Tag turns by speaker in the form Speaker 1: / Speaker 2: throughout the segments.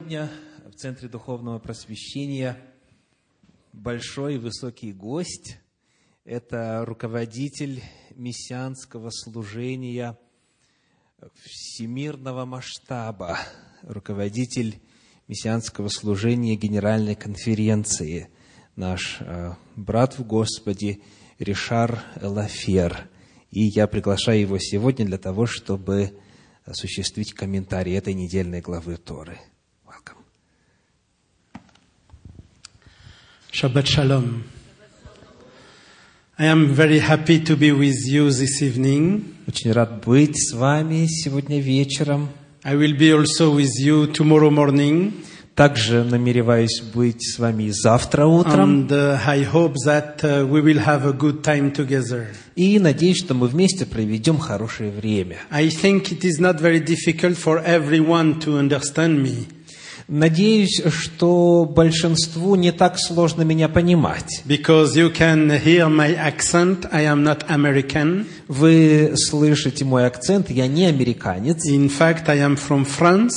Speaker 1: Сегодня в Центре Духовного Просвещения большой и высокий гость. Это руководитель мессианского служения всемирного масштаба, руководитель мессианского служения Генеральной конференции, наш э, брат в Господе Ришар Лафер. И я приглашаю его сегодня для того, чтобы осуществить комментарий этой недельной главы Торы. Welcome.
Speaker 2: Shabbat Shalom. I am very happy to be with you this evening.
Speaker 1: Очень рад быть с вами сегодня вечером.
Speaker 2: I will be also with you tomorrow morning.
Speaker 1: Также намереваюсь быть с вами и завтра утром.
Speaker 2: And uh, I hope that uh, we will have a good time together.
Speaker 1: И надеюсь, что мы вместе проведем хорошее время.
Speaker 2: I think it is not very difficult for everyone to understand me
Speaker 1: Надеюсь, что большинству не так сложно меня понимать.
Speaker 2: because you can hear my accent. I am not American.
Speaker 1: Вы слышите мой акцент, я не американец.
Speaker 2: In fact, I am from France,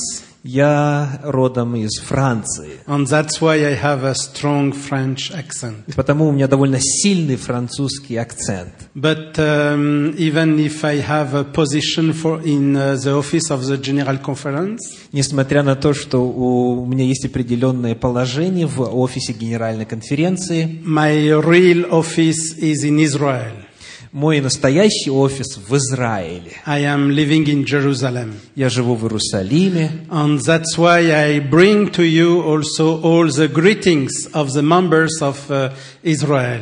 Speaker 1: Я родом из Франции.
Speaker 2: and that's why I have a strong French accent.
Speaker 1: Потому у меня довольно сильный французский акцент.
Speaker 2: But um, even if I have a position for in uh, the office of the General Conference,
Speaker 1: Несмотря на то, что у меня есть определенное положение в офисе Генеральной конференции,
Speaker 2: my real office is in Israel.
Speaker 1: мой настоящий офис в Израиле.
Speaker 2: I am living in Jerusalem.
Speaker 1: Я живу в Иерусалиме,
Speaker 2: And that's why I bring to you also all the greetings of the members of uh, Israel.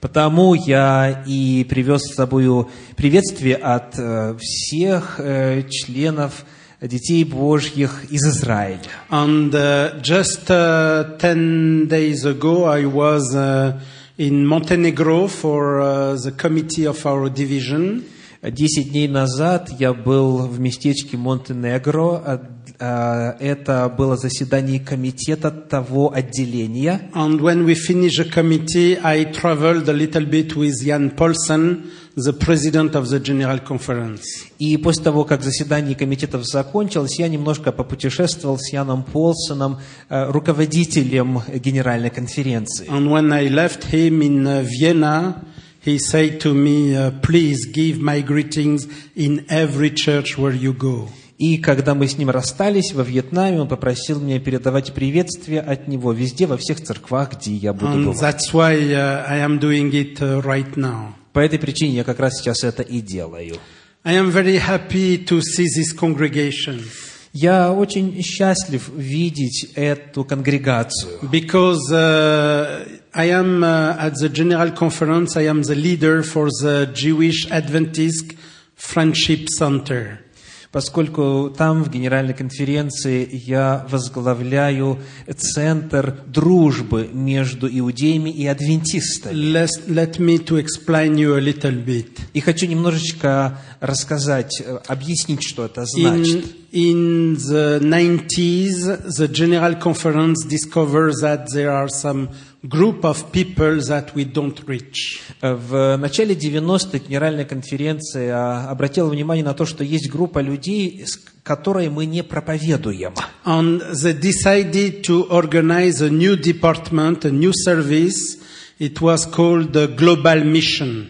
Speaker 1: потому я и привез с собой приветствие от э, всех э, членов детей Божьих из Израиля.
Speaker 2: And uh, just uh, 10 days ago, I was uh, in Montenegro for uh, the committee of our division.
Speaker 1: Десять дней назад я был в местечке Монтенегро. А, а, Это было заседание комитета того отделения.
Speaker 2: And when we finished the committee, I traveled a little bit with Jan Paulsen, the president of the General Conference.
Speaker 1: И после того, как заседание комитетов закончилось, я немножко попутешествовал с Яном Полсоном, э, руководителем Генеральной конференции.
Speaker 2: And when I left him in uh, Vienna, he said to me, uh, please give my greetings in every church where you go.
Speaker 1: И когда мы с ним расстались во Вьетнаме, он попросил меня передавать приветствие от него везде, во всех церквах, где я буду
Speaker 2: And
Speaker 1: бывать.
Speaker 2: that's why uh, I am doing it uh, right now.
Speaker 1: По этой причине я как раз сейчас это и делаю.
Speaker 2: I am very happy to see this congregation
Speaker 1: Я очень счастлив видеть эту конгрегацию,
Speaker 2: because uh, I am uh, at the General Conference, I am the leader for the Jewish Adventist Friendship Center.
Speaker 1: поскольку там, в Генеральной конференции, я возглавляю Центр дружбы между иудеями и адвентистами.
Speaker 2: Let, let me to explain you a little bit.
Speaker 1: И хочу немножечко рассказать, э, объяснить, что это
Speaker 2: In,
Speaker 1: значит.
Speaker 2: in the 90s, the General Conference discovered that there are some group of people that we don't reach.
Speaker 1: В начале 90-х Генеральная конференция а, обратила внимание на то, что есть группа людей, с которой мы не проповедуем.
Speaker 2: And they decided to organize a new department, a new service. It was called the Global Mission.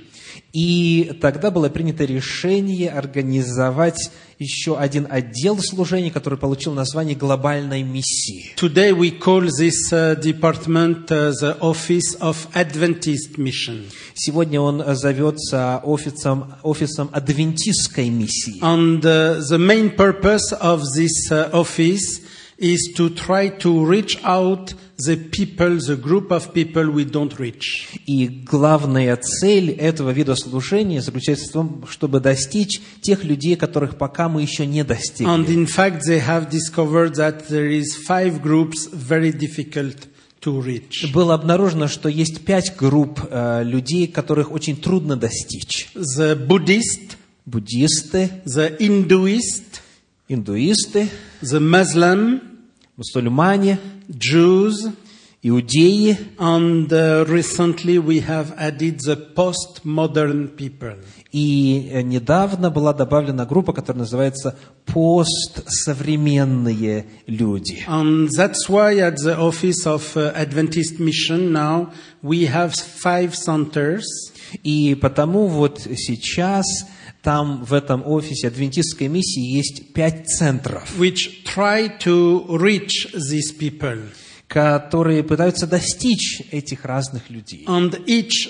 Speaker 1: И тогда было принято решение организовать еще один отдел служения, который получил название «Глобальной миссии».
Speaker 2: Today we call this uh, department uh, the Office of Adventist Mission.
Speaker 1: Сегодня он э, зовется офисом, офисом адвентистской миссии.
Speaker 2: And uh, the main purpose of this uh, office is to try to reach out the people, the group of people we don't reach.
Speaker 1: И главная цель этого вида служения заключается в том, чтобы достичь тех людей, которых пока мы еще не достигли.
Speaker 2: And in fact, they have discovered that there is five groups very difficult to reach.
Speaker 1: Было обнаружено, что есть пять групп э, людей, которых очень трудно достичь.
Speaker 2: the Buddhist,
Speaker 1: Буддисты,
Speaker 2: the Hinduist,
Speaker 1: индуисты,
Speaker 2: the Muslim,
Speaker 1: мусульмане,
Speaker 2: Jews,
Speaker 1: иудеи,
Speaker 2: And uh, recently we have added the postmodern people.
Speaker 1: и э, недавно была добавлена группа, которая называется «Постсовременные люди».
Speaker 2: And that's why at the office of uh, Adventist Mission now we have five centers.
Speaker 1: И потому вот сейчас там, в этом офисе адвентистской миссии, есть пять центров,
Speaker 2: which try to reach these people.
Speaker 1: которые пытаются достичь этих разных людей.
Speaker 2: And each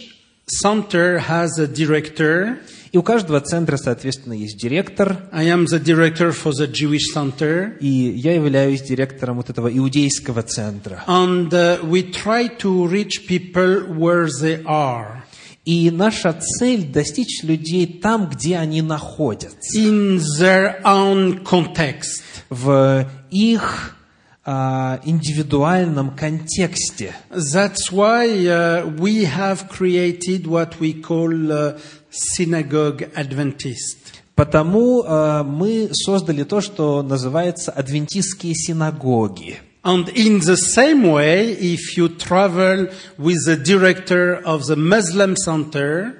Speaker 2: center has a director.
Speaker 1: И у каждого центра, соответственно, есть директор,
Speaker 2: I am the director for the Jewish center.
Speaker 1: и я являюсь директором вот этого иудейского центра.
Speaker 2: And uh, we try to reach people where they are.
Speaker 1: И наша цель – достичь людей там, где они находятся,
Speaker 2: In their own context.
Speaker 1: в их а, индивидуальном контексте.
Speaker 2: That's why uh, we have created what we call uh, synagogue Adventist.
Speaker 1: Потому а, мы создали то, что называется адвентистские синагоги.
Speaker 2: And in the same way, if you travel with the director of the Muslim center,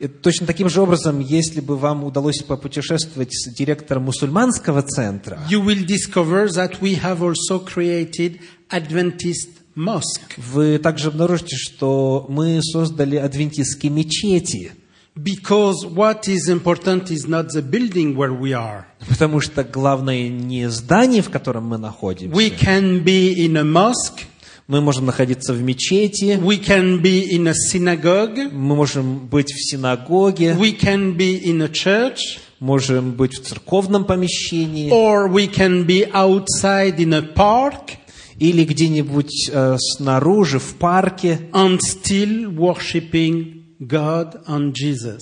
Speaker 1: И точно таким же образом, если бы вам удалось попутешествовать с директором мусульманского центра,
Speaker 2: you will discover that we have also created Adventist mosque
Speaker 1: вы также обнаружите, что мы создали адвентистские мечети,
Speaker 2: because what is important is not the building where we are.
Speaker 1: потому что главное не здание, в котором мы находимся,
Speaker 2: We can be in a mosque,
Speaker 1: Мы можем находиться в мечети,
Speaker 2: we can be in a synagogue,
Speaker 1: мы можем быть в синагоге,
Speaker 2: we can be in a church,
Speaker 1: можем быть в церковном помещении
Speaker 2: or we can be outside in a park
Speaker 1: или где-нибудь э, снаружи, в парке,
Speaker 2: and still worshiping God and Jesus.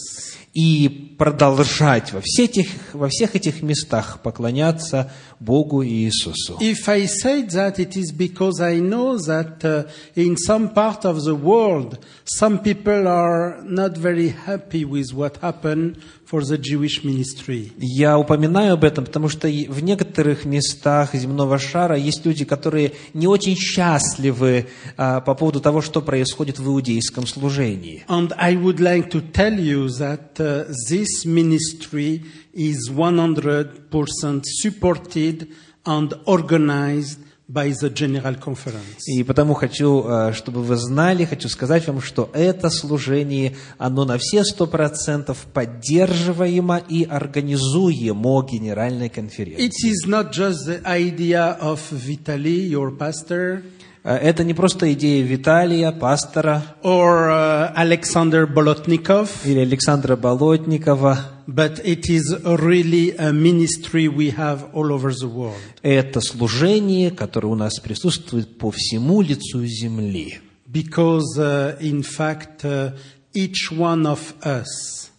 Speaker 1: и продолжать во, все этих, во всех этих местах поклоняться Богу и Иисусу.
Speaker 2: If I say that, it is because I know that uh, in some part of the world, some people are not very happy with what happened for the Jewish ministry.
Speaker 1: Я упоминаю об этом, потому что и в некоторых местах земного шара есть люди, которые не очень счастливы а, по поводу того, что происходит в иудейском служении.
Speaker 2: And I would like to tell you that uh, this ministry is 100% supported and organized by the General Conference.
Speaker 1: И потому хочу, э, чтобы вы знали, хочу сказать вам, что это служение, оно на все сто процентов поддерживаемо и организуемо Генеральной конференцией.
Speaker 2: It is not just the idea of Vitali, your pastor,
Speaker 1: Э, Это не просто идея Виталия, пастора
Speaker 2: or uh, Alexander Bolotnikov,
Speaker 1: или Александра Болотникова.
Speaker 2: but it is really a ministry we have all over the world.
Speaker 1: Это служение, которое у нас присутствует по всему лицу земли.
Speaker 2: Because, uh, in fact, uh, each one of us,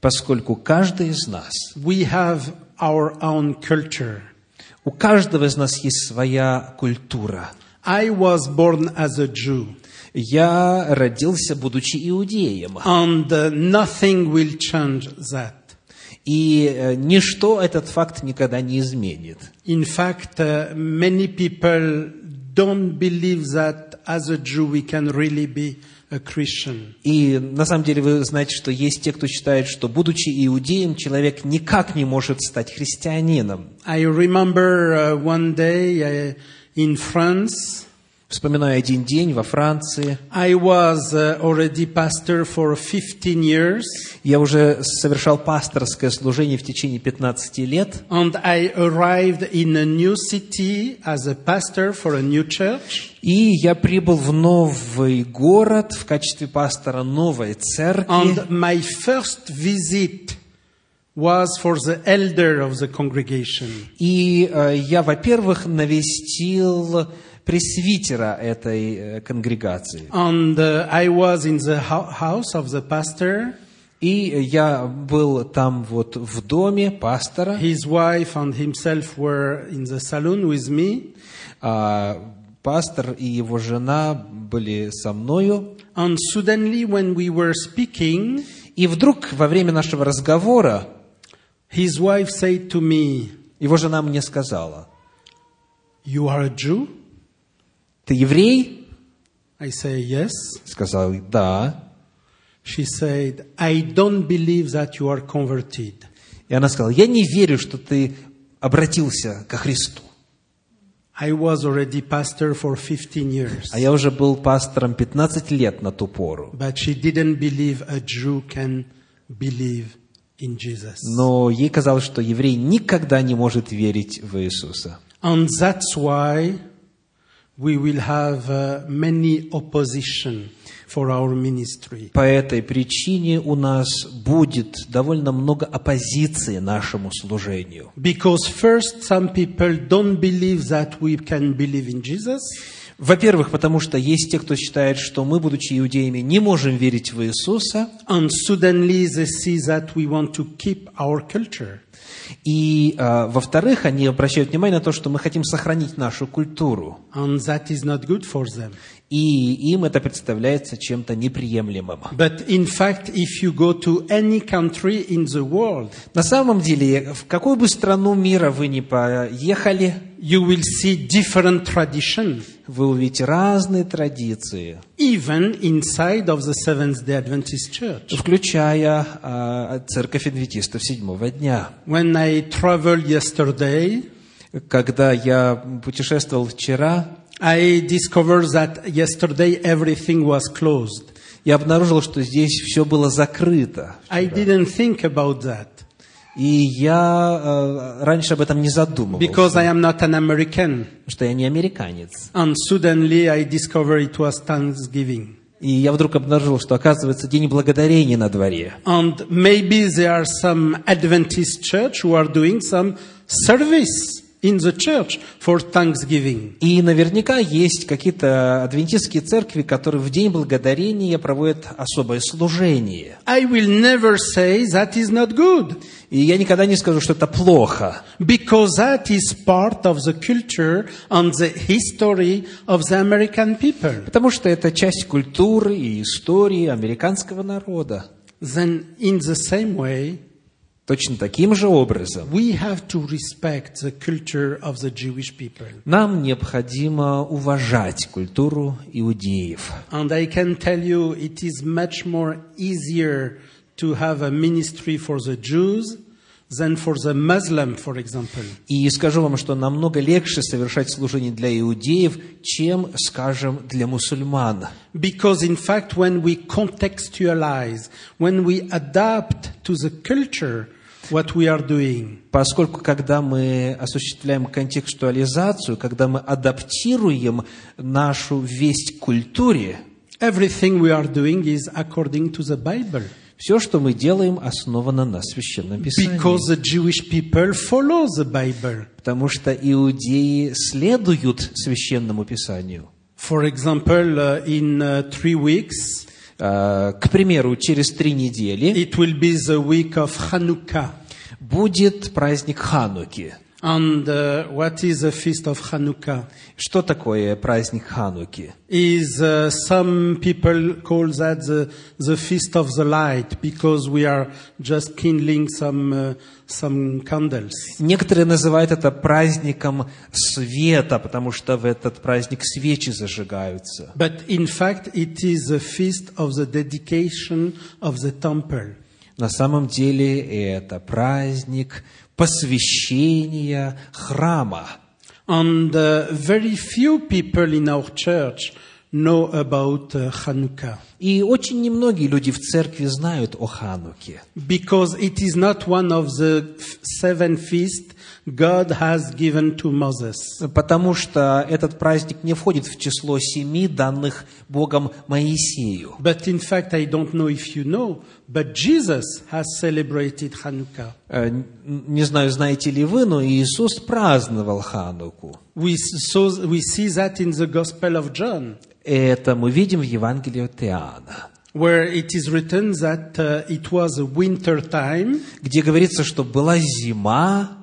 Speaker 1: Поскольку каждый из нас,
Speaker 2: we have our own culture.
Speaker 1: у каждого из нас есть своя культура.
Speaker 2: I was born as a Jew,
Speaker 1: Я родился, будучи иудеем.
Speaker 2: and uh, nothing will change that.
Speaker 1: И э, ничто этот факт никогда не изменит.
Speaker 2: In fact, uh, many people don't believe that as a Jew we can really be a Christian.
Speaker 1: И на самом деле вы знаете, что есть те, кто считает, что будучи иудеем, человек никак не может стать христианином.
Speaker 2: I remember uh, one day uh, in France,
Speaker 1: Вспоминаю один день во Франции.
Speaker 2: I was uh, already pastor for 15 years,
Speaker 1: Я уже совершал пасторское служение в течение 15 лет.
Speaker 2: and I arrived in a new city as a pastor for a new church,
Speaker 1: И я прибыл в новый город в качестве пастора новой церкви.
Speaker 2: and my first visit was for the elder of the congregation.
Speaker 1: И э, я, во-первых, навестил пресвитера этой э, конгрегации.
Speaker 2: And uh, I was in the hou- house of the pastor,
Speaker 1: И я был там вот в доме пастора.
Speaker 2: his wife and himself were in the saloon with me,
Speaker 1: А, пастор и его жена были со мною.
Speaker 2: and suddenly when we were speaking,
Speaker 1: И вдруг во время нашего разговора
Speaker 2: his wife said to me,
Speaker 1: его жена мне сказала,
Speaker 2: You are a Jew?
Speaker 1: ты еврей?
Speaker 2: I say yes.
Speaker 1: Сказал, да.
Speaker 2: She said, I don't believe that you are converted.
Speaker 1: И она сказала, я не верю, что ты обратился ко Христу.
Speaker 2: I was already pastor for 15 years,
Speaker 1: А я уже был пастором 15 лет на ту пору.
Speaker 2: but she didn't believe a Jew can believe in Jesus.
Speaker 1: Но ей казалось, что еврей никогда не может верить в Иисуса.
Speaker 2: And that's why we will have uh, many opposition for our ministry.
Speaker 1: По этой причине у нас будет довольно много оппозиции нашему служению.
Speaker 2: Because first, some people don't believe that we can believe in Jesus.
Speaker 1: Во-первых, потому что есть те, кто считает, что мы, будучи иудеями, не можем верить в Иисуса,
Speaker 2: And suddenly they see that we want to keep our culture.
Speaker 1: и, а, во-вторых, они обращают внимание на то, что мы хотим сохранить нашу культуру,
Speaker 2: And that is not good for them.
Speaker 1: и им это представляется чем-то неприемлемым.
Speaker 2: But in fact, if you go to any country in the world,
Speaker 1: На самом деле, в какую бы страну мира вы ни поехали,
Speaker 2: you will see different tradition,
Speaker 1: вы увидите разные традиции,
Speaker 2: even inside of the Seventh-day Adventist Church.
Speaker 1: включая а, церковь адвентистов седьмого дня.
Speaker 2: When I traveled yesterday,
Speaker 1: Когда я путешествовал вчера,
Speaker 2: I discovered that yesterday everything was closed.
Speaker 1: я обнаружил, что здесь все было закрыто.
Speaker 2: I didn't think about that
Speaker 1: И я э, раньше об этом не задумывался,
Speaker 2: because I am not an American.
Speaker 1: потому что я не американец.
Speaker 2: And suddenly I discovered it was Thanksgiving.
Speaker 1: И я вдруг обнаружил, что, оказывается, День Благодарения на дворе.
Speaker 2: And maybe there are some Adventist church who are doing some service in the church for Thanksgiving.
Speaker 1: И наверняка есть какие-то адвентистские церкви, которые в День Благодарения проводят особое служение.
Speaker 2: I will never say that is not good
Speaker 1: И я никогда не скажу, что это плохо,
Speaker 2: because that is part of the culture and the history of the American people.
Speaker 1: потому что это часть культуры и истории американского народа.
Speaker 2: Then in the same way,
Speaker 1: Точно таким же образом
Speaker 2: we have to respect the culture of the Jewish people.
Speaker 1: нам необходимо уважать культуру иудеев.
Speaker 2: And I can tell you it is much more easier to have a ministry for the Jews than for the Muslim, for example.
Speaker 1: И скажу вам, что намного легче совершать служение для иудеев, чем, скажем, для мусульман.
Speaker 2: Because in fact, when we contextualize, when we adapt to the culture what we are doing,
Speaker 1: Поскольку, когда мы осуществляем контекстуализацию, когда мы адаптируем нашу весть к культуре,
Speaker 2: everything we are doing is according to the Bible.
Speaker 1: все, что мы делаем, основано на Священном Писании.
Speaker 2: Because the Jewish people follow the Bible.
Speaker 1: Потому что иудеи следуют Священному Писанию.
Speaker 2: For example, uh, in uh, three weeks,
Speaker 1: Э, К примеру, через три недели
Speaker 2: it will be the week of Hanukkah.
Speaker 1: будет праздник Хануки.
Speaker 2: And uh, what is the feast of Hanukkah?
Speaker 1: Что такое праздник Хануки?
Speaker 2: Is uh, some people call that the, the feast of the light because we are just kindling some uh, some candles.
Speaker 1: Некоторые называют это праздником света, потому что в этот праздник свечи зажигаются.
Speaker 2: But in fact, it is the feast of the dedication of the temple.
Speaker 1: На самом деле это праздник посвящения храма.
Speaker 2: And uh, very few people in our church know about uh, Hanukkah
Speaker 1: И очень немногие люди в церкви знают о Хануке,
Speaker 2: because it is not one of the f- seven feasts God has given to Moses.
Speaker 1: потому что этот праздник не входит в число семи данных Богом Моисею.
Speaker 2: But in fact, I don't know if you know, but Jesus has celebrated Hanukkah
Speaker 1: Э, н- Не знаю, знаете ли вы, но Иисус праздновал Хануку.
Speaker 2: We, saw, we see that in the Gospel of John,
Speaker 1: Это мы видим в Евангелии от Иоанна.
Speaker 2: where it is written that uh, it was a winter time,
Speaker 1: где говорится, что была зима,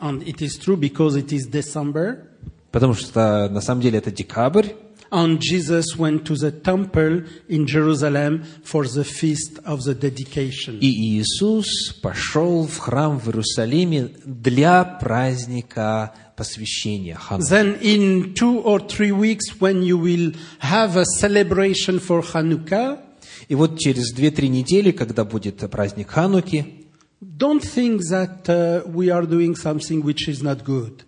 Speaker 2: and it is true because it is December,
Speaker 1: потому что на самом деле это декабрь,
Speaker 2: and Jesus went to the temple in Jerusalem for the feast of the dedication.
Speaker 1: И Иисус пошел в храм в Иерусалиме для праздника посвящения Хануки.
Speaker 2: Then, in two or three weeks, when you will have a celebration for Hanukkah,
Speaker 1: И вот через 2-3 недели, когда будет праздник Хануки,
Speaker 2: don't think that uh, we are doing something which is not good.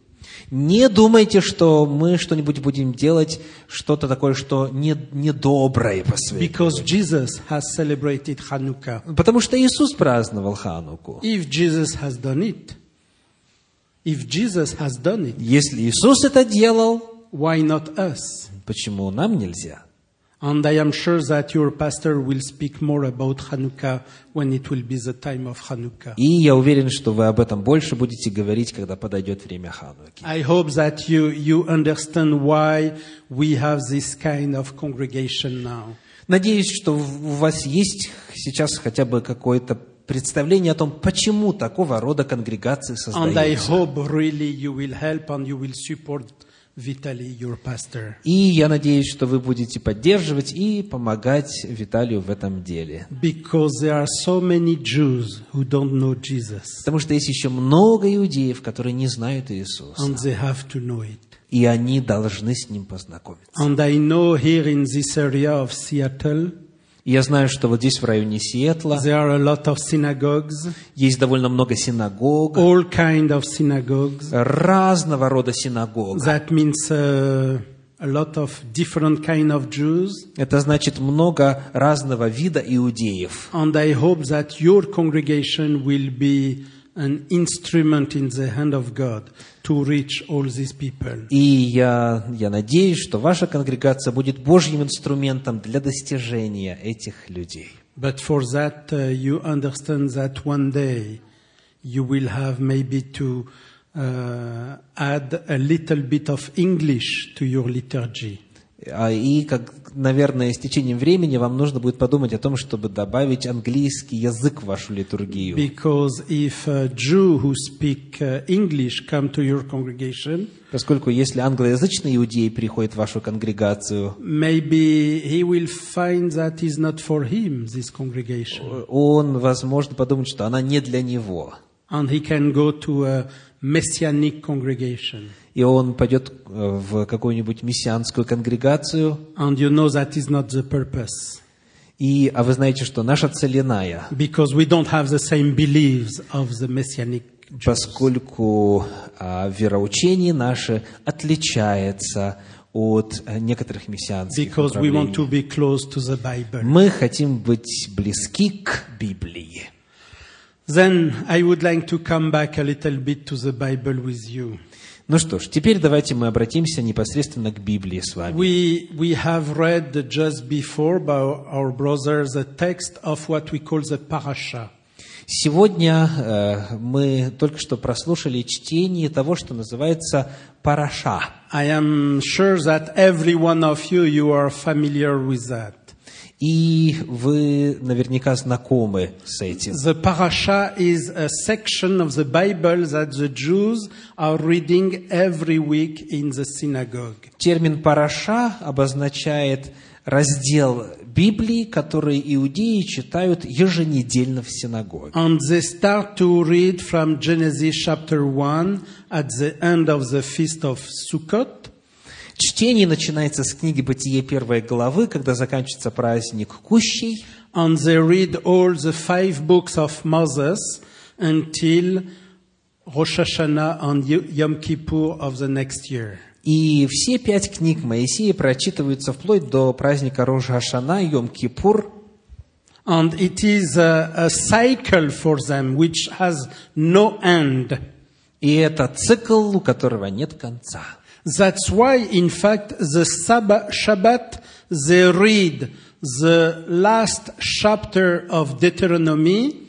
Speaker 1: не думайте, что мы что-нибудь будем делать, что-то такое, что не, недоброе по своей.
Speaker 2: Because Jesus has celebrated Hanukkah.
Speaker 1: Потому что Иисус праздновал Хануку.
Speaker 2: If Jesus has done it, if Jesus has done it,
Speaker 1: Если Иисус это делал,
Speaker 2: why not us?
Speaker 1: почему нам нельзя?
Speaker 2: And I am sure that your pastor will speak more about Hanukkah when it will be the time of Hanukkah.
Speaker 1: И я уверен, что вы об этом больше будете говорить, когда подойдет время Хануки.
Speaker 2: I hope that you, you understand why we have this kind of congregation now.
Speaker 1: Надеюсь, что у вас есть сейчас хотя бы какое-то представление о том, почему такого рода конгрегации
Speaker 2: And I
Speaker 1: создаются.
Speaker 2: hope really you will help and you will support Vitaly, your pastor.
Speaker 1: И я надеюсь, что вы будете поддерживать и помогать Виталию в этом деле.
Speaker 2: Because there are so many Jews who don't know Jesus
Speaker 1: Потому что есть еще много иудеев, которые не знают Иисуса,
Speaker 2: and they have to know it.
Speaker 1: и они должны с Ним познакомиться.
Speaker 2: And I know here in this area of Seattle,
Speaker 1: И Я знаю, что вот здесь, в районе Сиэтла,
Speaker 2: there are a lot of synagogues,
Speaker 1: есть довольно много синагог,
Speaker 2: all kind of synagogues.
Speaker 1: разного рода синагог.
Speaker 2: That means uh, a lot of different kind of Jews.
Speaker 1: Это значит много разного вида иудеев.
Speaker 2: And I hope that your congregation will be an instrument in the hand of God to reach all these people.
Speaker 1: И я, я надеюсь, что ваша конгрегация будет Божьим инструментом для достижения этих людей.
Speaker 2: But for that, uh, you understand that one day you will have maybe to uh, add a little bit of English to your liturgy.
Speaker 1: А И, как, наверное, с течением времени вам нужно будет подумать о том, чтобы добавить английский язык в вашу литургию.
Speaker 2: Because if a Jew who speak uh, English come to your congregation,
Speaker 1: Поскольку если англоязычные иудеи приходят в вашу конгрегацию,
Speaker 2: maybe he will find that is not for him this congregation,
Speaker 1: он, возможно, подумает, что она не для него.
Speaker 2: and he can go to a messianic congregation.
Speaker 1: И он пойдет э, в какую-нибудь мессианскую конгрегацию,
Speaker 2: And you know that is not the purpose,
Speaker 1: И, а вы знаете, что наша целиная,
Speaker 2: because we don't have the same beliefs of the messianic.
Speaker 1: поскольку а, вероучение наше отличается от э, некоторых мессианских
Speaker 2: Because we want to
Speaker 1: направлений.
Speaker 2: be close to the Bible.
Speaker 1: Мы хотим быть близки к Библии.
Speaker 2: Then I would like to come back a little bit to the Bible with you.
Speaker 1: Ну что ж, теперь давайте мы обратимся непосредственно к Библии с вами.
Speaker 2: We, we have read just before by our brother the text of what we call the parasha.
Speaker 1: Сегодня э, мы только что прослушали чтение того, что называется «Параша».
Speaker 2: I am sure that every one of you, you are familiar with that.
Speaker 1: И вы наверняка знакомы с этим.
Speaker 2: The parasha is a section of the Bible that the Jews are reading every week in the synagogue.
Speaker 1: Термин «параша» обозначает раздел Библии, который иудеи читают еженедельно в синагоге.
Speaker 2: And they start to read from Genesis chapter 1 at the end of the feast of Sukkot.
Speaker 1: Чтение начинается с книги «Бытие» первой главы, когда заканчивается праздник Кущей,
Speaker 2: and they read all the five books of Moses until Rosh Hashanah and Yo- Yom Kippur of the next year.
Speaker 1: и все пять книг Моисея прочитываются вплоть до праздника Рожа Хашана, Йом-Кипур.
Speaker 2: And it is a, a cycle for them which has no end.
Speaker 1: И это цикл, у которого нет конца.
Speaker 2: That's why, in fact, the Sabbath, Shabbat, they read the last chapter of Deuteronomy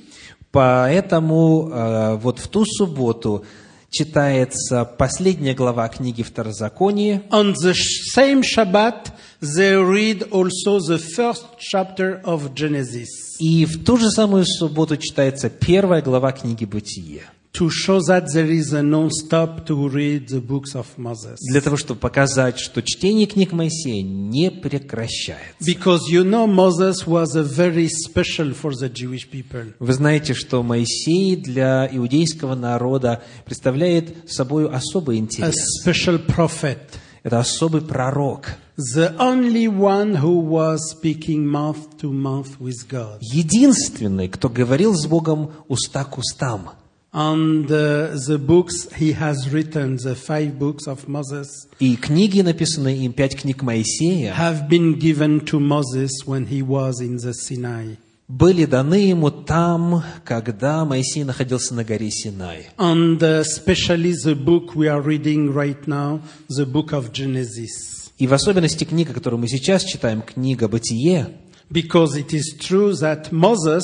Speaker 1: Поэтому э, вот в ту субботу читается последняя глава книги Второзакония,
Speaker 2: On the sh- same Shabbat, they read also the first chapter of Genesis.
Speaker 1: И в ту же самую субботу читается первая глава книги Бытия.
Speaker 2: to show that there is a non-stop to read the books of Moses.
Speaker 1: для того, чтобы показать, что чтение книг Моисея не прекращается.
Speaker 2: Because you know Moses was a very special for the Jewish people.
Speaker 1: Вы знаете, что Моисей для иудейского народа представляет собой особый
Speaker 2: A
Speaker 1: интерес.
Speaker 2: special prophet.
Speaker 1: Это особый пророк,
Speaker 2: The only one who was speaking month to month with God.
Speaker 1: единственный, кто говорил с Богом уста к устам.
Speaker 2: And uh, the books he has written, the five books of Moses,
Speaker 1: И книги, написанные им, пять книг Моисея,
Speaker 2: have been given to Moses when he was in the Sinai.
Speaker 1: были даны ему там, когда Моисей находился на горе Синай.
Speaker 2: And uh, especially the book we are reading right now, the book of Genesis.
Speaker 1: И в особенности книга, которую мы сейчас читаем, книга «Бытие»,
Speaker 2: Because it is true that Moses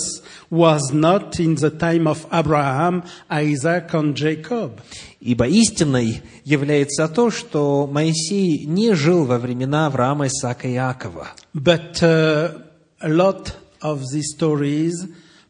Speaker 2: was not in the time of Abraham, Isaac, and Jacob.
Speaker 1: Ибо истиной является то, что Моисей не жил во времена Авраама, Исаака и Иакова.
Speaker 2: But uh, a lot of these stories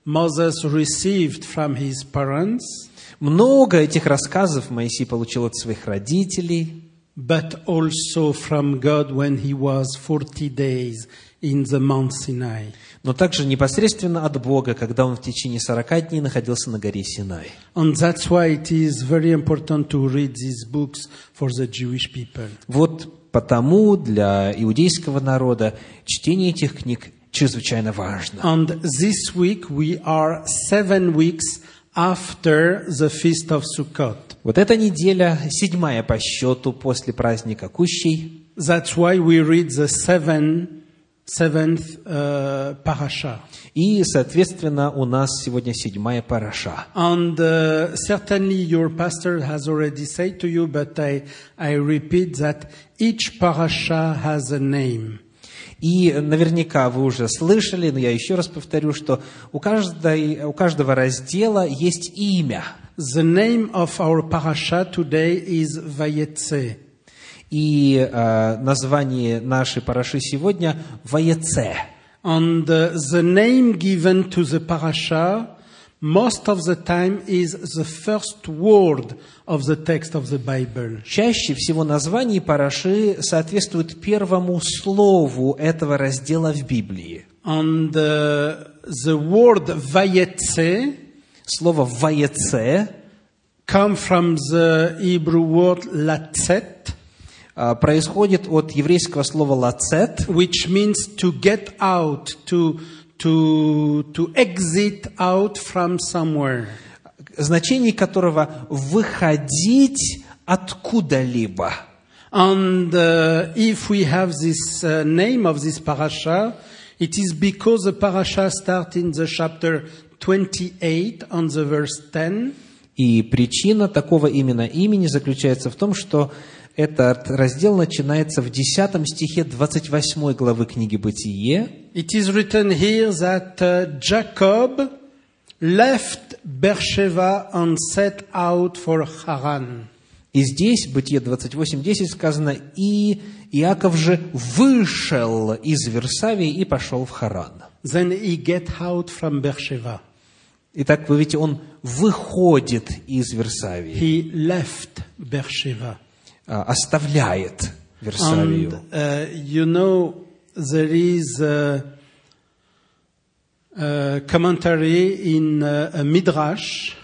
Speaker 2: Moses received from his parents,
Speaker 1: Много этих рассказов Моисей получил от своих родителей,
Speaker 2: but also from God when he was 40 days in the Mount Sinai.
Speaker 1: но также непосредственно от Бога, когда он в течение 40 дней находился на горе Синай.
Speaker 2: And that's why it is very important to read these books for the Jewish people.
Speaker 1: Вот потому для иудейского народа чтение этих книг чрезвычайно важно.
Speaker 2: And this week we are seven weeks after the Feast of Sukkot.
Speaker 1: Вот эта неделя, седьмая по счету после праздника Кущей,
Speaker 2: That's why we read the seven, seventh uh, parasha.
Speaker 1: и, соответственно, у нас сегодня седьмая параша –
Speaker 2: And uh, certainly your pastor has already said to you, but I, I repeat that each parasha has a name.
Speaker 1: И наверняка вы уже слышали, но я еще раз повторю, что у, каждой, у каждого раздела есть имя.
Speaker 2: The name of our parasha today is Vayetze.
Speaker 1: И э, название нашей параши сегодня «Ваеце».
Speaker 2: And uh, the name given to the parasha most of the time is the first word of the text of the Bible.
Speaker 1: Чаще всего название параши соответствует первому слову этого раздела в Библии.
Speaker 2: And uh, the word Vayetze
Speaker 1: Слово «Ваеце»
Speaker 2: comes from the Hebrew word Latzet,
Speaker 1: э, происходит от еврейского слова «лацет»,
Speaker 2: which means to get out, to, to, to exit out from somewhere.
Speaker 1: значение которого «выходить откуда-либо».
Speaker 2: And uh, if we have this uh, name of this parasha, it is because the parasha starts in the chapter 28 on the verse 10,
Speaker 1: И причина такого именно имени заключается в том, что этот раздел начинается в 10 стихе 28 главы книги «Бытие».
Speaker 2: It is written here that uh, Jacob left Beersheba and set out for Haran.
Speaker 1: И здесь, Бытие 28.10 сказано, «И Иаков же вышел из Версавии и пошел в Харан».
Speaker 2: Then he get out from Beersheba.
Speaker 1: Итак, вы видите, он выходит из Версавии,
Speaker 2: He left Beersheba.
Speaker 1: а, оставляет Версавию.
Speaker 2: And uh, you know, there is a, a commentary in uh, a midrash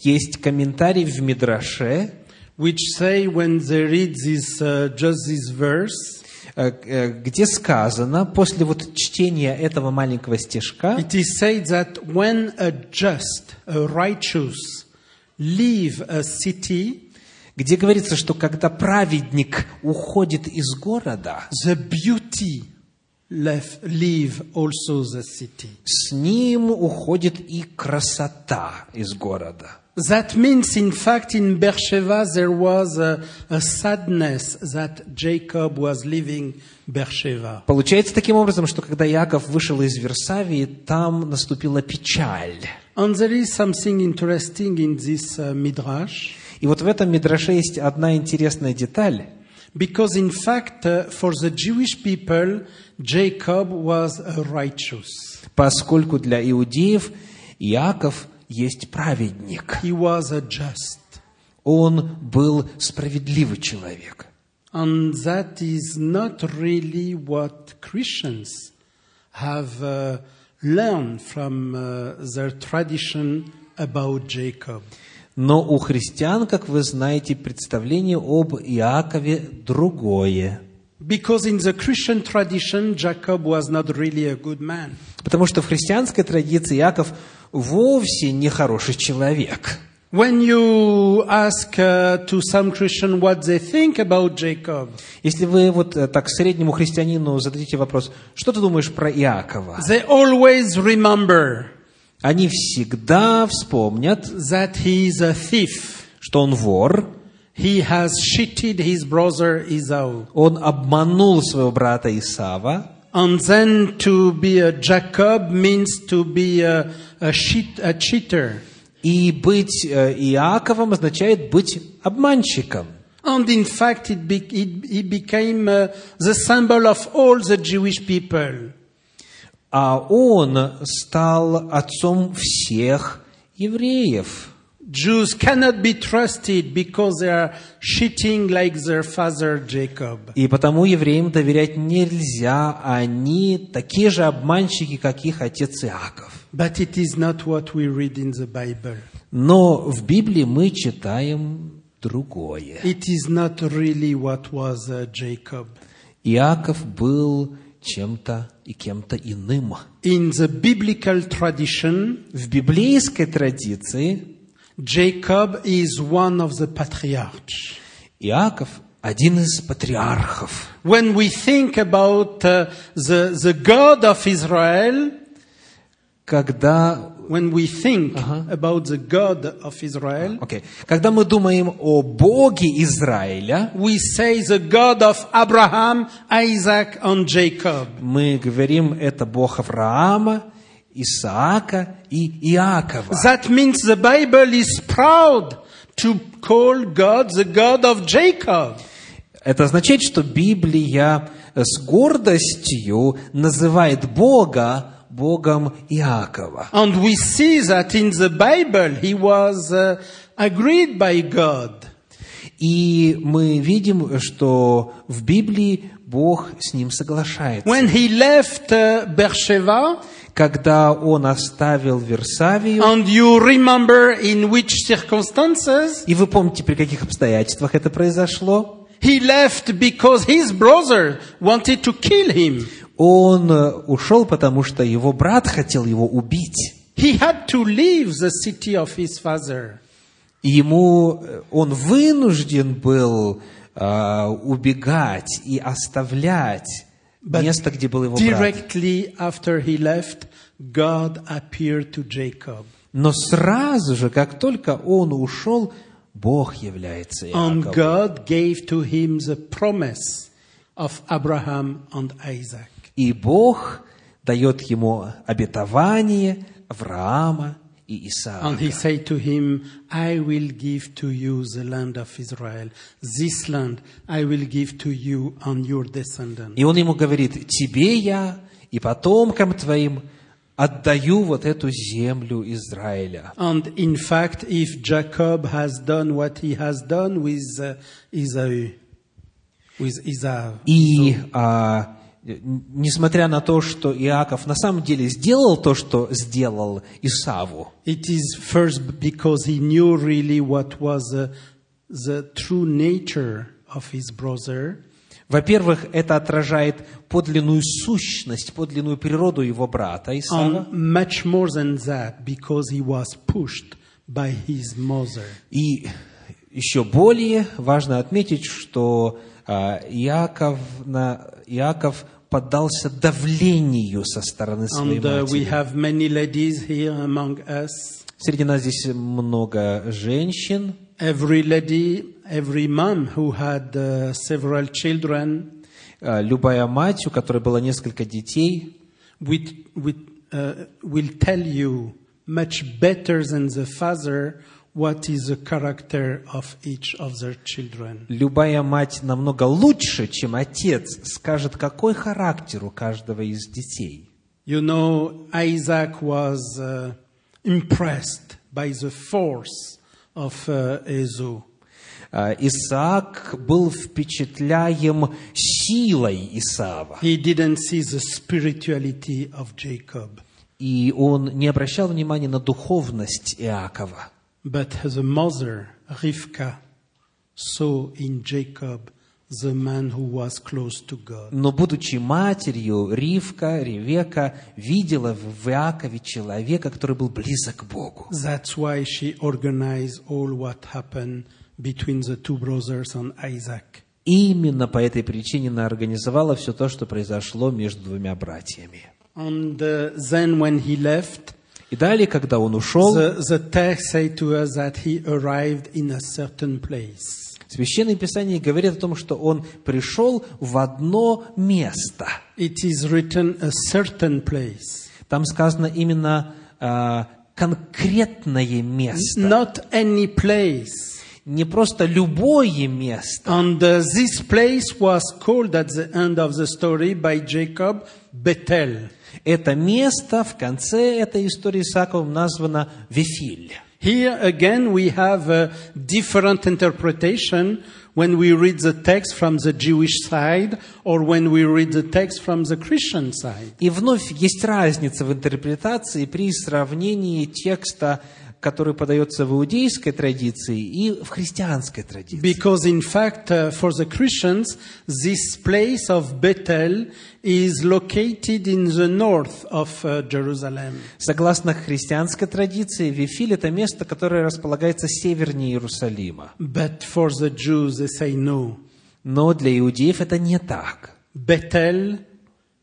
Speaker 1: Есть комментарий в Мидраше, э,
Speaker 2: which say when they read this uh, just this verse,
Speaker 1: э, э, где сказано, после вот чтения этого маленького стишка,
Speaker 2: it is said that when a just, a righteous, leave a city,
Speaker 1: где говорится, что когда праведник уходит из города,
Speaker 2: the beauty left leave also the city.
Speaker 1: с ним уходит и красота из города.
Speaker 2: That means, in fact, in Beersheba there was a, a sadness that Jacob was leaving Beersheba.
Speaker 1: Получается таким образом, что когда Иаков вышел из Версавии, там наступила печаль.
Speaker 2: And there is something interesting in this uh, midrash,
Speaker 1: И вот в этом Мидраше есть одна интересная деталь.
Speaker 2: because in fact, uh, for the Jewish people, Jacob was a righteous.
Speaker 1: Поскольку для иудеев Иаков есть праведник.
Speaker 2: He was a just.
Speaker 1: Он был справедливый человек.
Speaker 2: And that is not really what Christians have uh, learned from uh, their tradition about Jacob.
Speaker 1: Но у христиан, как вы знаете, представление об Иакове другое.
Speaker 2: Because in the Christian tradition, Jacob was not really a good man.
Speaker 1: Потому что в христианской традиции Иаков вовсе не хороший человек.
Speaker 2: When you ask uh, to some Christian what they think about Jacob,
Speaker 1: Если вы вот э, так среднему христианину зададите вопрос, что ты думаешь про Иакова?
Speaker 2: they always remember
Speaker 1: Они всегда вспомнят,
Speaker 2: that he is a thief.
Speaker 1: что он вор,
Speaker 2: He has cheated his brother Esau.
Speaker 1: он обманул своего брата Исава,
Speaker 2: And then to be a Jacob means to be a, a, cheat, a cheater.
Speaker 1: и быть э, Иаковом означает быть обманщиком.
Speaker 2: And in fact, it, be, it, he became uh, the symbol of all the Jewish people.
Speaker 1: А он стал отцом всех евреев.
Speaker 2: Jews cannot be trusted because they are cheating like their father Jacob.
Speaker 1: И потому евреям доверять нельзя, они такие же обманщики, как их отец Иаков.
Speaker 2: But it is not what we read in the Bible.
Speaker 1: Но в Библии мы читаем другое.
Speaker 2: It is not really what was uh, Jacob.
Speaker 1: Иаков был чем-то и кем-то иным.
Speaker 2: In the biblical tradition,
Speaker 1: В библейской традиции
Speaker 2: Jacob is one of the patriarchs.
Speaker 1: Иаков один из патриархов.
Speaker 2: When we think about uh, the, the God of Israel,
Speaker 1: Когда,
Speaker 2: when we think about the God of Israel,
Speaker 1: окей, когда мы думаем о Боге Израиля,
Speaker 2: we say the God of Abraham, Isaac, and Jacob.
Speaker 1: мы говорим, это Бог Авраама, Исаака и Иакова.
Speaker 2: That means the Bible is proud to call God the God of Jacob.
Speaker 1: Это означает, что Библия э, с гордостью называет Бога Богом Иакова.
Speaker 2: And we see that in the Bible he was uh, agreed by God.
Speaker 1: И мы видим, что в Библии Бог с ним соглашается.
Speaker 2: When he left uh, Beersheba,
Speaker 1: Когда он оставил Версавию,
Speaker 2: and you remember in which circumstances,
Speaker 1: и вы помните, при каких обстоятельствах это произошло,
Speaker 2: he left because his brother wanted to kill him.
Speaker 1: он э, ушел, потому что его брат хотел его убить.
Speaker 2: He had to leave the city of his father.
Speaker 1: И ему э, он вынужден был э, убегать и оставлять
Speaker 2: But
Speaker 1: место, где был его брат.
Speaker 2: Directly after he left, God appeared to Jacob.
Speaker 1: Но сразу же, как только он ушел, Бог является
Speaker 2: And
Speaker 1: Иаковом.
Speaker 2: Um, God gave to him the promise of Abraham and Isaac.
Speaker 1: И Бог дает ему обетование Авраама и
Speaker 2: And
Speaker 1: Исаака.
Speaker 2: he said to him, I will give to you the land of Israel. This land I will give to you and your descendants.
Speaker 1: И он ему говорит, тебе я и потомкам твоим отдаю вот эту землю Израиля.
Speaker 2: And in fact, if Jacob has done what he has done with uh, Esau, with Esau,
Speaker 1: И а, н- несмотря на то, что Иаков на самом деле сделал то, что сделал Исаву,
Speaker 2: it is first because he knew really what was uh, the true nature of his brother.
Speaker 1: во-первых, это отражает подлинную сущность, подлинную природу его брата Исава.
Speaker 2: And much more than that, because he was pushed by his mother.
Speaker 1: И еще более важно отметить, что а, Иаков, на- Иаков поддался давлению со стороны своей
Speaker 2: And uh, we
Speaker 1: матери.
Speaker 2: have many ladies here among us.
Speaker 1: Среди нас здесь много женщин.
Speaker 2: Every lady, every mom who had uh, several children,
Speaker 1: А, Любая мать, у которой было несколько детей,
Speaker 2: with, with, uh, will tell you much better than the father what is the character of each of their children.
Speaker 1: любая мать намного лучше, чем отец, скажет, какой характер у каждого из детей.
Speaker 2: You know, Isaac was uh, impressed by the force of uh, Esau.
Speaker 1: А, Исаак был впечатляем силой Исава,
Speaker 2: He didn't see the spirituality of Jacob,
Speaker 1: и он не обращал внимания на духовность Иакова.
Speaker 2: but the mother, Rivka, saw in Jacob the man who was close to God.
Speaker 1: Но, будучи матерью, Ривка, Ревека видела в Иакове человека, который был близок к Богу.
Speaker 2: That's why she organized all what happened between the two brothers and Isaac.
Speaker 1: И именно по этой причине она организовала все то, что произошло между двумя братьями.
Speaker 2: And uh, then when he left,
Speaker 1: И далее, когда он ушел,
Speaker 2: the, the text say to us that he arrived in a certain place.
Speaker 1: Священное Писание говорит о том, что он пришел в одно место.
Speaker 2: It is written a certain place,
Speaker 1: Там сказано именно а, конкретное место,
Speaker 2: not any place.
Speaker 1: не просто любое место.
Speaker 2: And uh, this place was called at the end of the story by Jacob Bethel.
Speaker 1: Это место в конце этой истории с Иаковом названо Вифиль.
Speaker 2: Here again, we have a different interpretation when we read the text from the Jewish side or when we read the text from the Christian side.
Speaker 1: И вновь есть разница в интерпретации при сравнении текста, который подается в иудейской традиции и в христианской традиции.
Speaker 2: Because in fact, uh, for the Christians, this place of Bethel is located in the north of uh, Jerusalem.
Speaker 1: Согласно христианской традиции, Вифиль – это место, которое располагается севернее Иерусалима.
Speaker 2: But for the Jews, they say no.
Speaker 1: Но для иудеев это не так.
Speaker 2: Bethel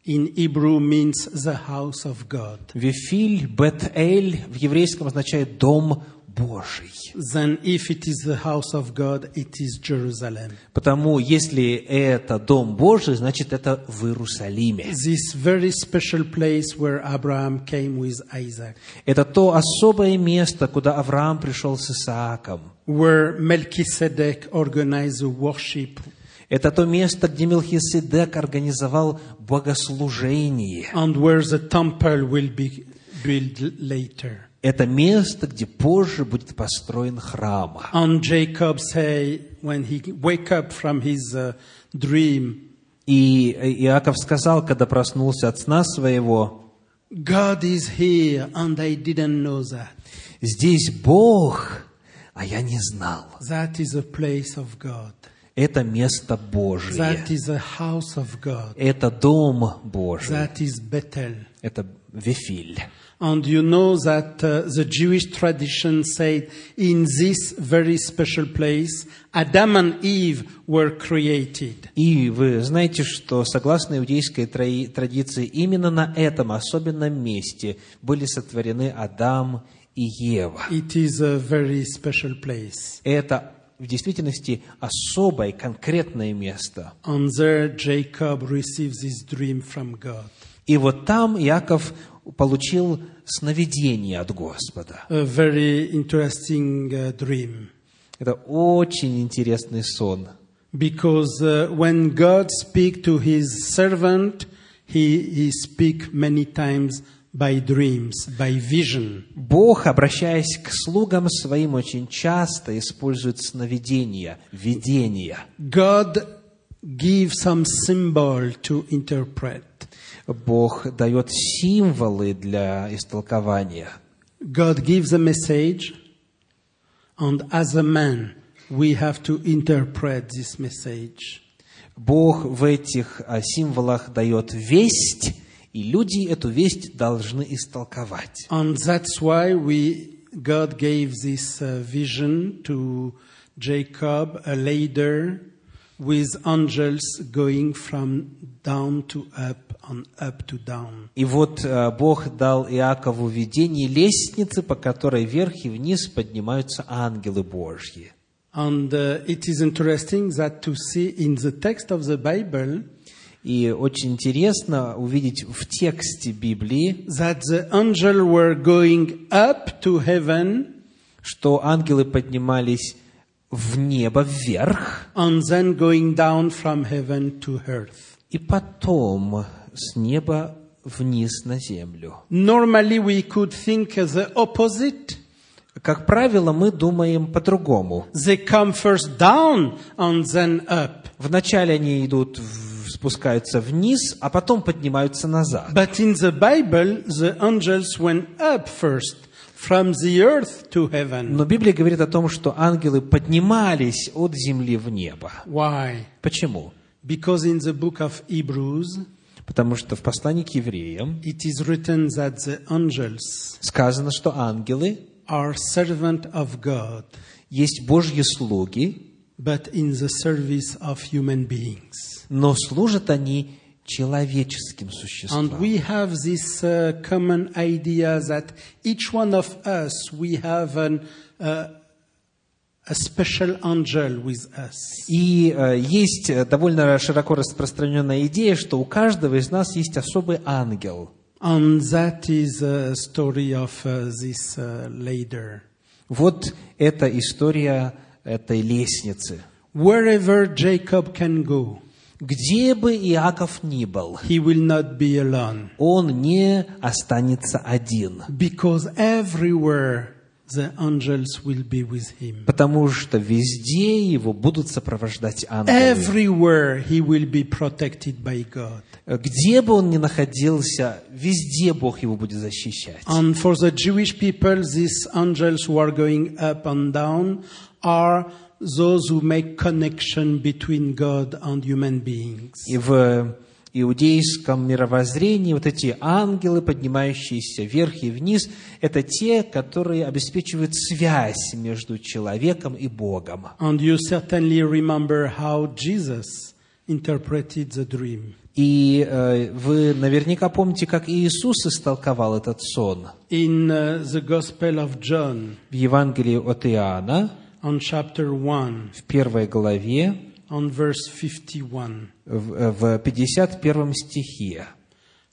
Speaker 2: in Hebrew means the house of God.
Speaker 1: Вифиль, Бет-Эль в еврейском означает «дом Божий».
Speaker 2: Then if it is the house of God, it is Jerusalem.
Speaker 1: Потому если это дом Божий, значит это в Иерусалиме.
Speaker 2: This very special place where Abraham came with Isaac,
Speaker 1: Это то особое место, куда Авраам пришел с Исааком.
Speaker 2: where Melchizedek organized the worship,
Speaker 1: Это то место, где Мелхиседек организовал богослужение.
Speaker 2: and where the temple will be built later.
Speaker 1: Это место, где позже будет построен храм.
Speaker 2: And Jacob say when he wake up from his uh, dream,
Speaker 1: И Иаков сказал, когда проснулся от сна своего,
Speaker 2: God is here, and I didn't know that.
Speaker 1: «Здесь Бог, а я не знал».
Speaker 2: That is a place of God.
Speaker 1: Это место Божие.
Speaker 2: That is a house of God.
Speaker 1: Это дом Божий.
Speaker 2: That is Bethel.
Speaker 1: Это Вифиль.
Speaker 2: And you know that uh, the Jewish tradition said in this very special place, Adam and Eve were created.
Speaker 1: И вы знаете, что согласно иудейской траи- традиции, именно на этом особенном месте были сотворены Адам и Ева.
Speaker 2: It is a very special place.
Speaker 1: Это в действительности особое, конкретное место.
Speaker 2: And there Jacob receives his dream from God.
Speaker 1: И вот там Иаков получил сновидение от Господа.
Speaker 2: A very interesting uh, dream.
Speaker 1: Это очень интересный сон.
Speaker 2: Because uh, when God speaks to his servant, he, he speaks many times by dreams, by vision.
Speaker 1: Бог, обращаясь к слугам своим, очень часто использует сновидения, видения.
Speaker 2: God gives some symbol to interpret.
Speaker 1: Бог дает символы для истолкования.
Speaker 2: God gives a message, and as a man, we have to interpret this message.
Speaker 1: Бог в этих а, символах дает весть, и люди эту весть должны истолковать.
Speaker 2: And that's why we, God gave this uh, vision to Jacob, a leader, with angels going from down to up and up to down.
Speaker 1: И вот э, Бог дал Иакову видение лестницы, по которой вверх и вниз поднимаются ангелы Божьи.
Speaker 2: And uh, it is interesting that to see in the text of the Bible,
Speaker 1: И очень интересно увидеть в тексте Библии,
Speaker 2: that the angel were going up to heaven
Speaker 1: что ангелы поднимались в небо вверх,
Speaker 2: and then going down from heaven to earth.
Speaker 1: и потом с неба вниз на землю.
Speaker 2: Normally, we could think as the opposite.
Speaker 1: Как правило, мы думаем по-другому.
Speaker 2: They come first down and then up.
Speaker 1: Вначале они идут, в- спускаются вниз, а потом поднимаются назад.
Speaker 2: But in the Bible, the angels went up first from the earth to heaven.
Speaker 1: Но Библия говорит о том, что ангелы поднимались от земли в небо.
Speaker 2: Why?
Speaker 1: Почему?
Speaker 2: Because in the book of Hebrews,
Speaker 1: Потому что в послании к евреям
Speaker 2: it is written that the angels
Speaker 1: сказано, что ангелы
Speaker 2: are servant of God,
Speaker 1: есть Божьи слуги,
Speaker 2: but in the service of human beings.
Speaker 1: но служат они человеческим существам.
Speaker 2: And we have this uh, common idea that each one of us, we have an, uh, a special angel with us.
Speaker 1: И э, есть э, довольно широко распространенная идея, что у каждого из нас есть особый ангел.
Speaker 2: And that is a story of uh, this uh, later.
Speaker 1: Вот эта история этой лестницы.
Speaker 2: Wherever Jacob can go,
Speaker 1: Где бы Иаков ни был,
Speaker 2: he will not be alone.
Speaker 1: он не останется один,
Speaker 2: Because everywhere the angels will be with him.
Speaker 1: потому что везде его будут сопровождать ангелы.
Speaker 2: Everywhere he will be protected by God.
Speaker 1: Где бы он ни находился, везде Бог его будет защищать.
Speaker 2: And for the Jewish people, these angels who are going up and down are those who make connection between God and human beings.
Speaker 1: И в иудейском мировоззрении вот эти ангелы, поднимающиеся вверх и вниз, это те, которые обеспечивают связь между человеком и Богом.
Speaker 2: And you certainly remember how Jesus interpreted the dream.
Speaker 1: И э, вы наверняка помните, как Иисус истолковал этот сон
Speaker 2: In uh, the Gospel of John,
Speaker 1: в Евангелии от Иоанна,
Speaker 2: on chapter 1,
Speaker 1: в первой главе,
Speaker 2: on verse 51.
Speaker 1: в, э, в 51 стихе.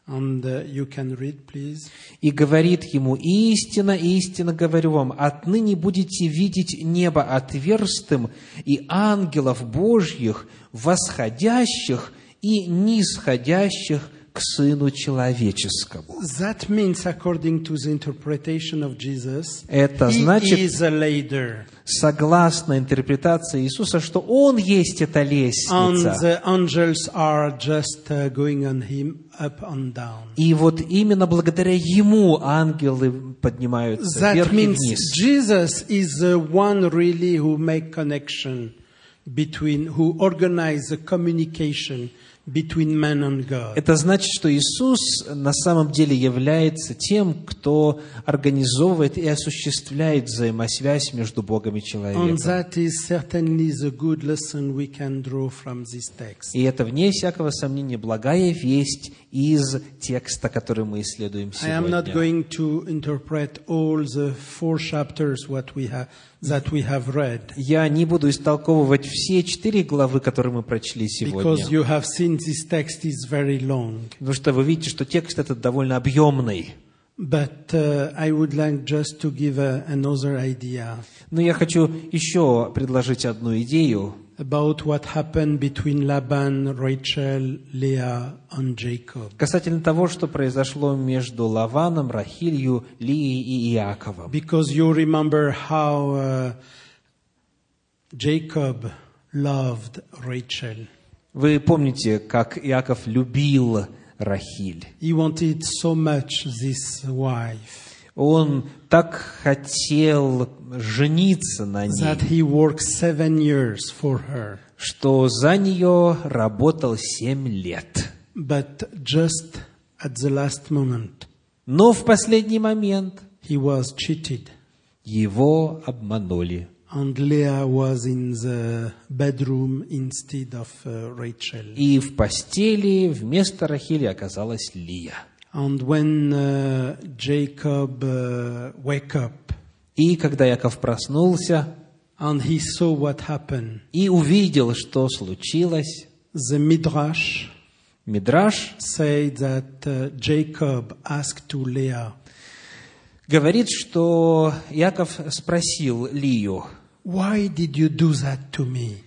Speaker 2: And uh, you can read, please.
Speaker 1: И говорит ему, истина, истина говорю вам, отныне будете видеть небо отверстым и ангелов Божьих, восходящих и нисходящих к Сыну Человеческому.
Speaker 2: That means, according to the interpretation of Jesus,
Speaker 1: Это
Speaker 2: he
Speaker 1: значит-
Speaker 2: is a ladder,
Speaker 1: Согласно интерпретации Иисуса, что Он есть эта
Speaker 2: and
Speaker 1: лестница.
Speaker 2: the angels are just uh, going on him up and down.
Speaker 1: И вот именно благодаря Ему ангелы поднимаются
Speaker 2: That
Speaker 1: вверх и
Speaker 2: means
Speaker 1: вниз.
Speaker 2: Jesus is the one really who make connection between, who organize the communication between man and God.
Speaker 1: Это значит, что Иисус на самом деле является тем, кто организовывает и осуществляет взаимосвязь между Богом и
Speaker 2: And
Speaker 1: человеком.
Speaker 2: that is certainly the good lesson we can draw from this text.
Speaker 1: И это, вне всякого сомнения, благая весть из текста, который мы исследуем
Speaker 2: I am not
Speaker 1: сегодня.
Speaker 2: going to interpret all the four chapters what we have, that we have read,
Speaker 1: Я не буду истолковывать все четыре главы, которые мы прочли
Speaker 2: because
Speaker 1: сегодня.
Speaker 2: you have seen this text is very long.
Speaker 1: Потому что вы видите, что текст этот довольно объемный.
Speaker 2: But uh, I would like just to give a, another idea
Speaker 1: Но я хочу еще предложить одну идею,
Speaker 2: about what happened between Laban, Rachel, Leah, and Jacob.
Speaker 1: Касательно того, что произошло между Лаваном, Рахилью, Лией и Иаковом.
Speaker 2: Because you remember how uh, Jacob loved Rachel.
Speaker 1: Вы помните, как Иаков любил Рахиль.
Speaker 2: He wanted so much this wife.
Speaker 1: Он так хотел жениться на ней,
Speaker 2: that he worked seven years for her.
Speaker 1: что за нее работал семь лет.
Speaker 2: But just at the last moment,
Speaker 1: Но в последний момент
Speaker 2: he was cheated.
Speaker 1: его обманули.
Speaker 2: And Leah was in the bedroom instead of uh, Rachel.
Speaker 1: И в постели вместо Рахили оказалась Лия.
Speaker 2: And when uh, Jacob uh, wake up
Speaker 1: И когда Яков проснулся
Speaker 2: and he saw what happened,
Speaker 1: и увидел, что случилось,
Speaker 2: the Midrash
Speaker 1: Мидраш
Speaker 2: said that uh, Jacob asked to Leah,
Speaker 1: говорит, что Яков спросил Лию,
Speaker 2: Why did you do that to me?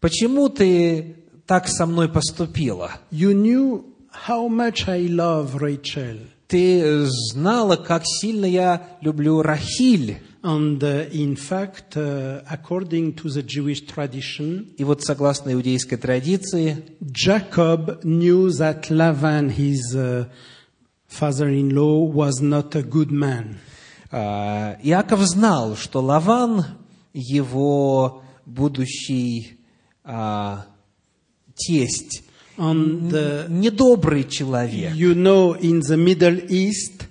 Speaker 1: почему ты так со мной поступила?
Speaker 2: You knew how much I love Rachel.
Speaker 1: ты э, знала, как сильно я люблю Рахиль.
Speaker 2: And uh, in fact, uh, according to the Jewish tradition,
Speaker 1: И вот согласно иудейской традиции,
Speaker 2: Jacob knew that Lavan, his uh, father in law, was not a good man.
Speaker 1: а, Иаков знал, что Лаван, его будущий а, тесть,
Speaker 2: And uh,
Speaker 1: недобрый человек.
Speaker 2: you know, in the Middle East,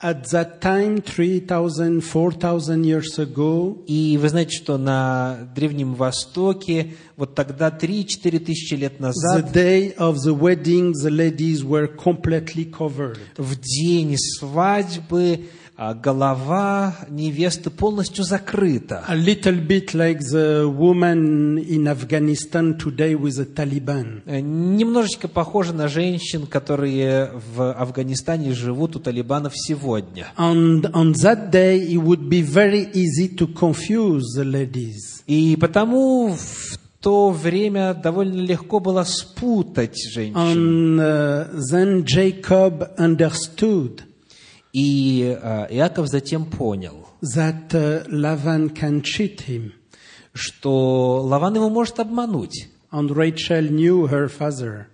Speaker 2: at that time, 3,000, 4,000 years ago,
Speaker 1: И вы знаете, что на Древнем Востоке, вот тогда 3-4 тысячи лет
Speaker 2: the
Speaker 1: назад,
Speaker 2: day of the wedding, the ladies were completely covered.
Speaker 1: в день свадьбы, а, голова невесты полностью закрыта.
Speaker 2: A little bit like the woman in Afghanistan today with the Taliban.
Speaker 1: Э, Немножечко похоже на женщин, которые в Афганистане живут у талибанов сегодня.
Speaker 2: And on that day, it would be very easy to confuse the ladies.
Speaker 1: И потому в то время довольно легко было спутать женщин.
Speaker 2: And uh, then Jacob understood
Speaker 1: И э, Иаков затем понял,
Speaker 2: that uh, Lavan can cheat him.
Speaker 1: что Лаван его может обмануть.
Speaker 2: And Rachel knew her father.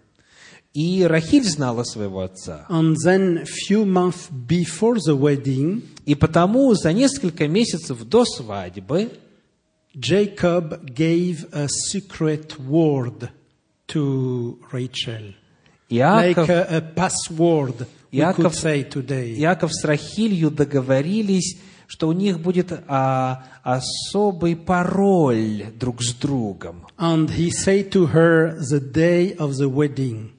Speaker 1: И Рахиль знала своего отца.
Speaker 2: And then, few months before the wedding,
Speaker 1: И потому за несколько месяцев до свадьбы
Speaker 2: Jacob gave a secret word to Rachel. like
Speaker 1: Иаков,
Speaker 2: a, a password we
Speaker 1: Yaakov-
Speaker 2: could say today.
Speaker 1: Иаков с Рахилью договорились, что у них будет а, особый пароль друг с другом.
Speaker 2: And he said to her the day of the wedding.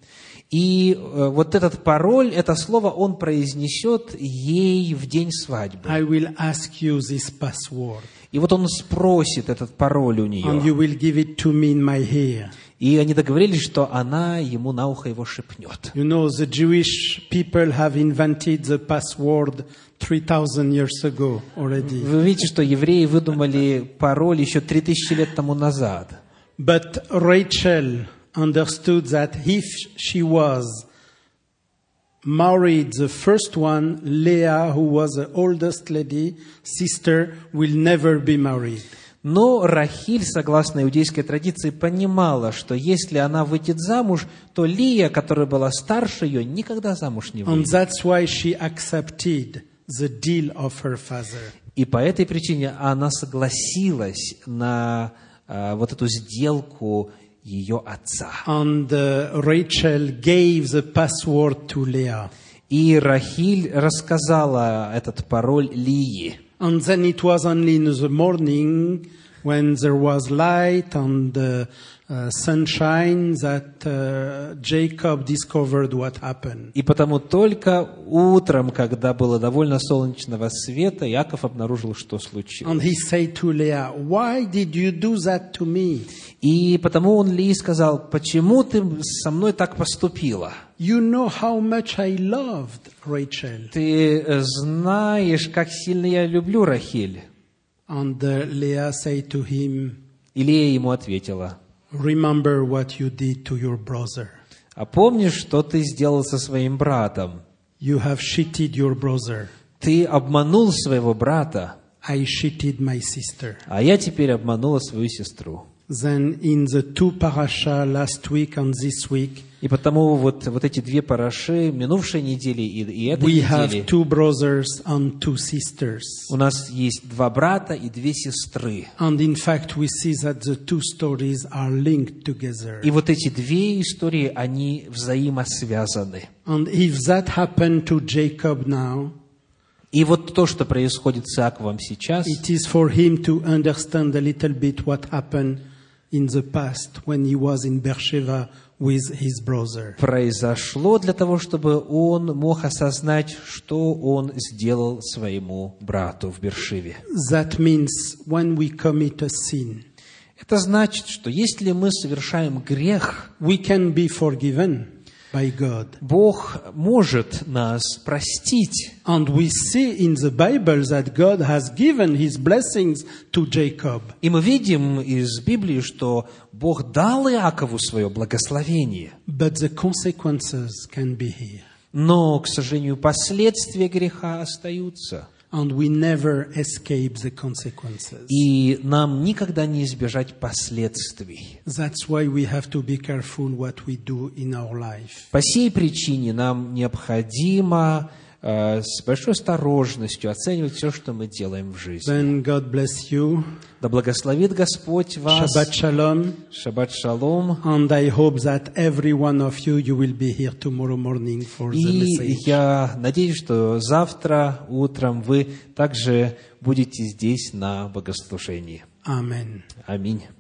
Speaker 1: И э, вот этот пароль, это слово он произнесет ей в день свадьбы.
Speaker 2: I will ask you this password,
Speaker 1: И вот он спросит этот пароль у
Speaker 2: and
Speaker 1: нее.
Speaker 2: you will give it to me in my ear.
Speaker 1: И они договорились, что она ему на ухо его шепнет.
Speaker 2: You know, the Jewish people have invented the password 3,000 years ago already.
Speaker 1: Вы видите, что евреи выдумали пароль еще 3000 лет тому назад.
Speaker 2: But Rachel understood that if she was married, the first one, Leah, who was the oldest lady, sister, will never be married.
Speaker 1: Но Рахиль, согласно иудейской традиции, понимала, что если она выйдет замуж, то Лия, которая была старше ее, никогда замуж не
Speaker 2: And
Speaker 1: выйдет.
Speaker 2: that's why she accepted the deal of her father.
Speaker 1: И по этой причине она согласилась на а, вот эту сделку ее отца.
Speaker 2: And uh, Rachel gave the password to Leah.
Speaker 1: И Рахиль рассказала этот пароль Лии.
Speaker 2: And then it was only in the morning when there was light and uh, uh, sunshine that uh, Jacob discovered what happened.
Speaker 1: И потому только утром, когда было довольно солнечного света, Яков обнаружил, что случилось.
Speaker 2: And he said to Leah, Why did you do that to me?
Speaker 1: И потому он Лии сказал, почему ты со мной так поступила?
Speaker 2: You know how much I loved Rachel.
Speaker 1: Ты э, знаешь, как сильно я люблю Рахиль.
Speaker 2: And uh, Leah said to him,
Speaker 1: И Лия ему ответила,
Speaker 2: Remember what you did to your brother.
Speaker 1: а помнишь, что ты сделал со своим братом?
Speaker 2: You have cheated your brother.
Speaker 1: Ты обманул своего брата,
Speaker 2: I cheated my sister.
Speaker 1: а я теперь обманула свою сестру.
Speaker 2: Then in the two parasha last week and this week,
Speaker 1: И потому вот, вот эти две параши минувшей недели и, и этой
Speaker 2: we
Speaker 1: недели
Speaker 2: have two brothers and two sisters.
Speaker 1: у нас есть два брата и две сестры.
Speaker 2: And in fact, we see that the two stories are linked together.
Speaker 1: И вот эти две истории, они взаимосвязаны.
Speaker 2: And if that happened to Jacob now,
Speaker 1: И вот то, что происходит с Иаковом сейчас,
Speaker 2: it is for him to understand a little bit what happened in the past when he was in Beersheba with his brother.
Speaker 1: произошло для того, чтобы он мог осознать, что он сделал своему брату в Бершиве.
Speaker 2: That means when we commit a sin,
Speaker 1: Это значит, что если мы soвершаем грех,
Speaker 2: we can be forgiven by God.
Speaker 1: Бог может нас простить.
Speaker 2: And we see in the Bible that God has given his blessings to Jacob.
Speaker 1: И мы видим из Библии, что Бог дал Иакову свое благословение,
Speaker 2: But the consequences can be here.
Speaker 1: Но, к сожалению, последствия греха остаются.
Speaker 2: and we never escape the consequences.
Speaker 1: И нам никогда не избежать последствий.
Speaker 2: That's why we have to be careful what we do in our life.
Speaker 1: По сей причине нам необходимо э, с большой осторожностью оценивать все, что мы делаем в жизни.
Speaker 2: Then God bless you.
Speaker 1: Да благословит Господь вас.
Speaker 2: Shabbat Shalom.
Speaker 1: Шаббат шалом.
Speaker 2: And I hope that every one of you, you will be here tomorrow morning for the
Speaker 1: И
Speaker 2: message.
Speaker 1: я надеюсь, что завтра утром вы также будете здесь на богослужении.
Speaker 2: Amen.
Speaker 1: Аминь.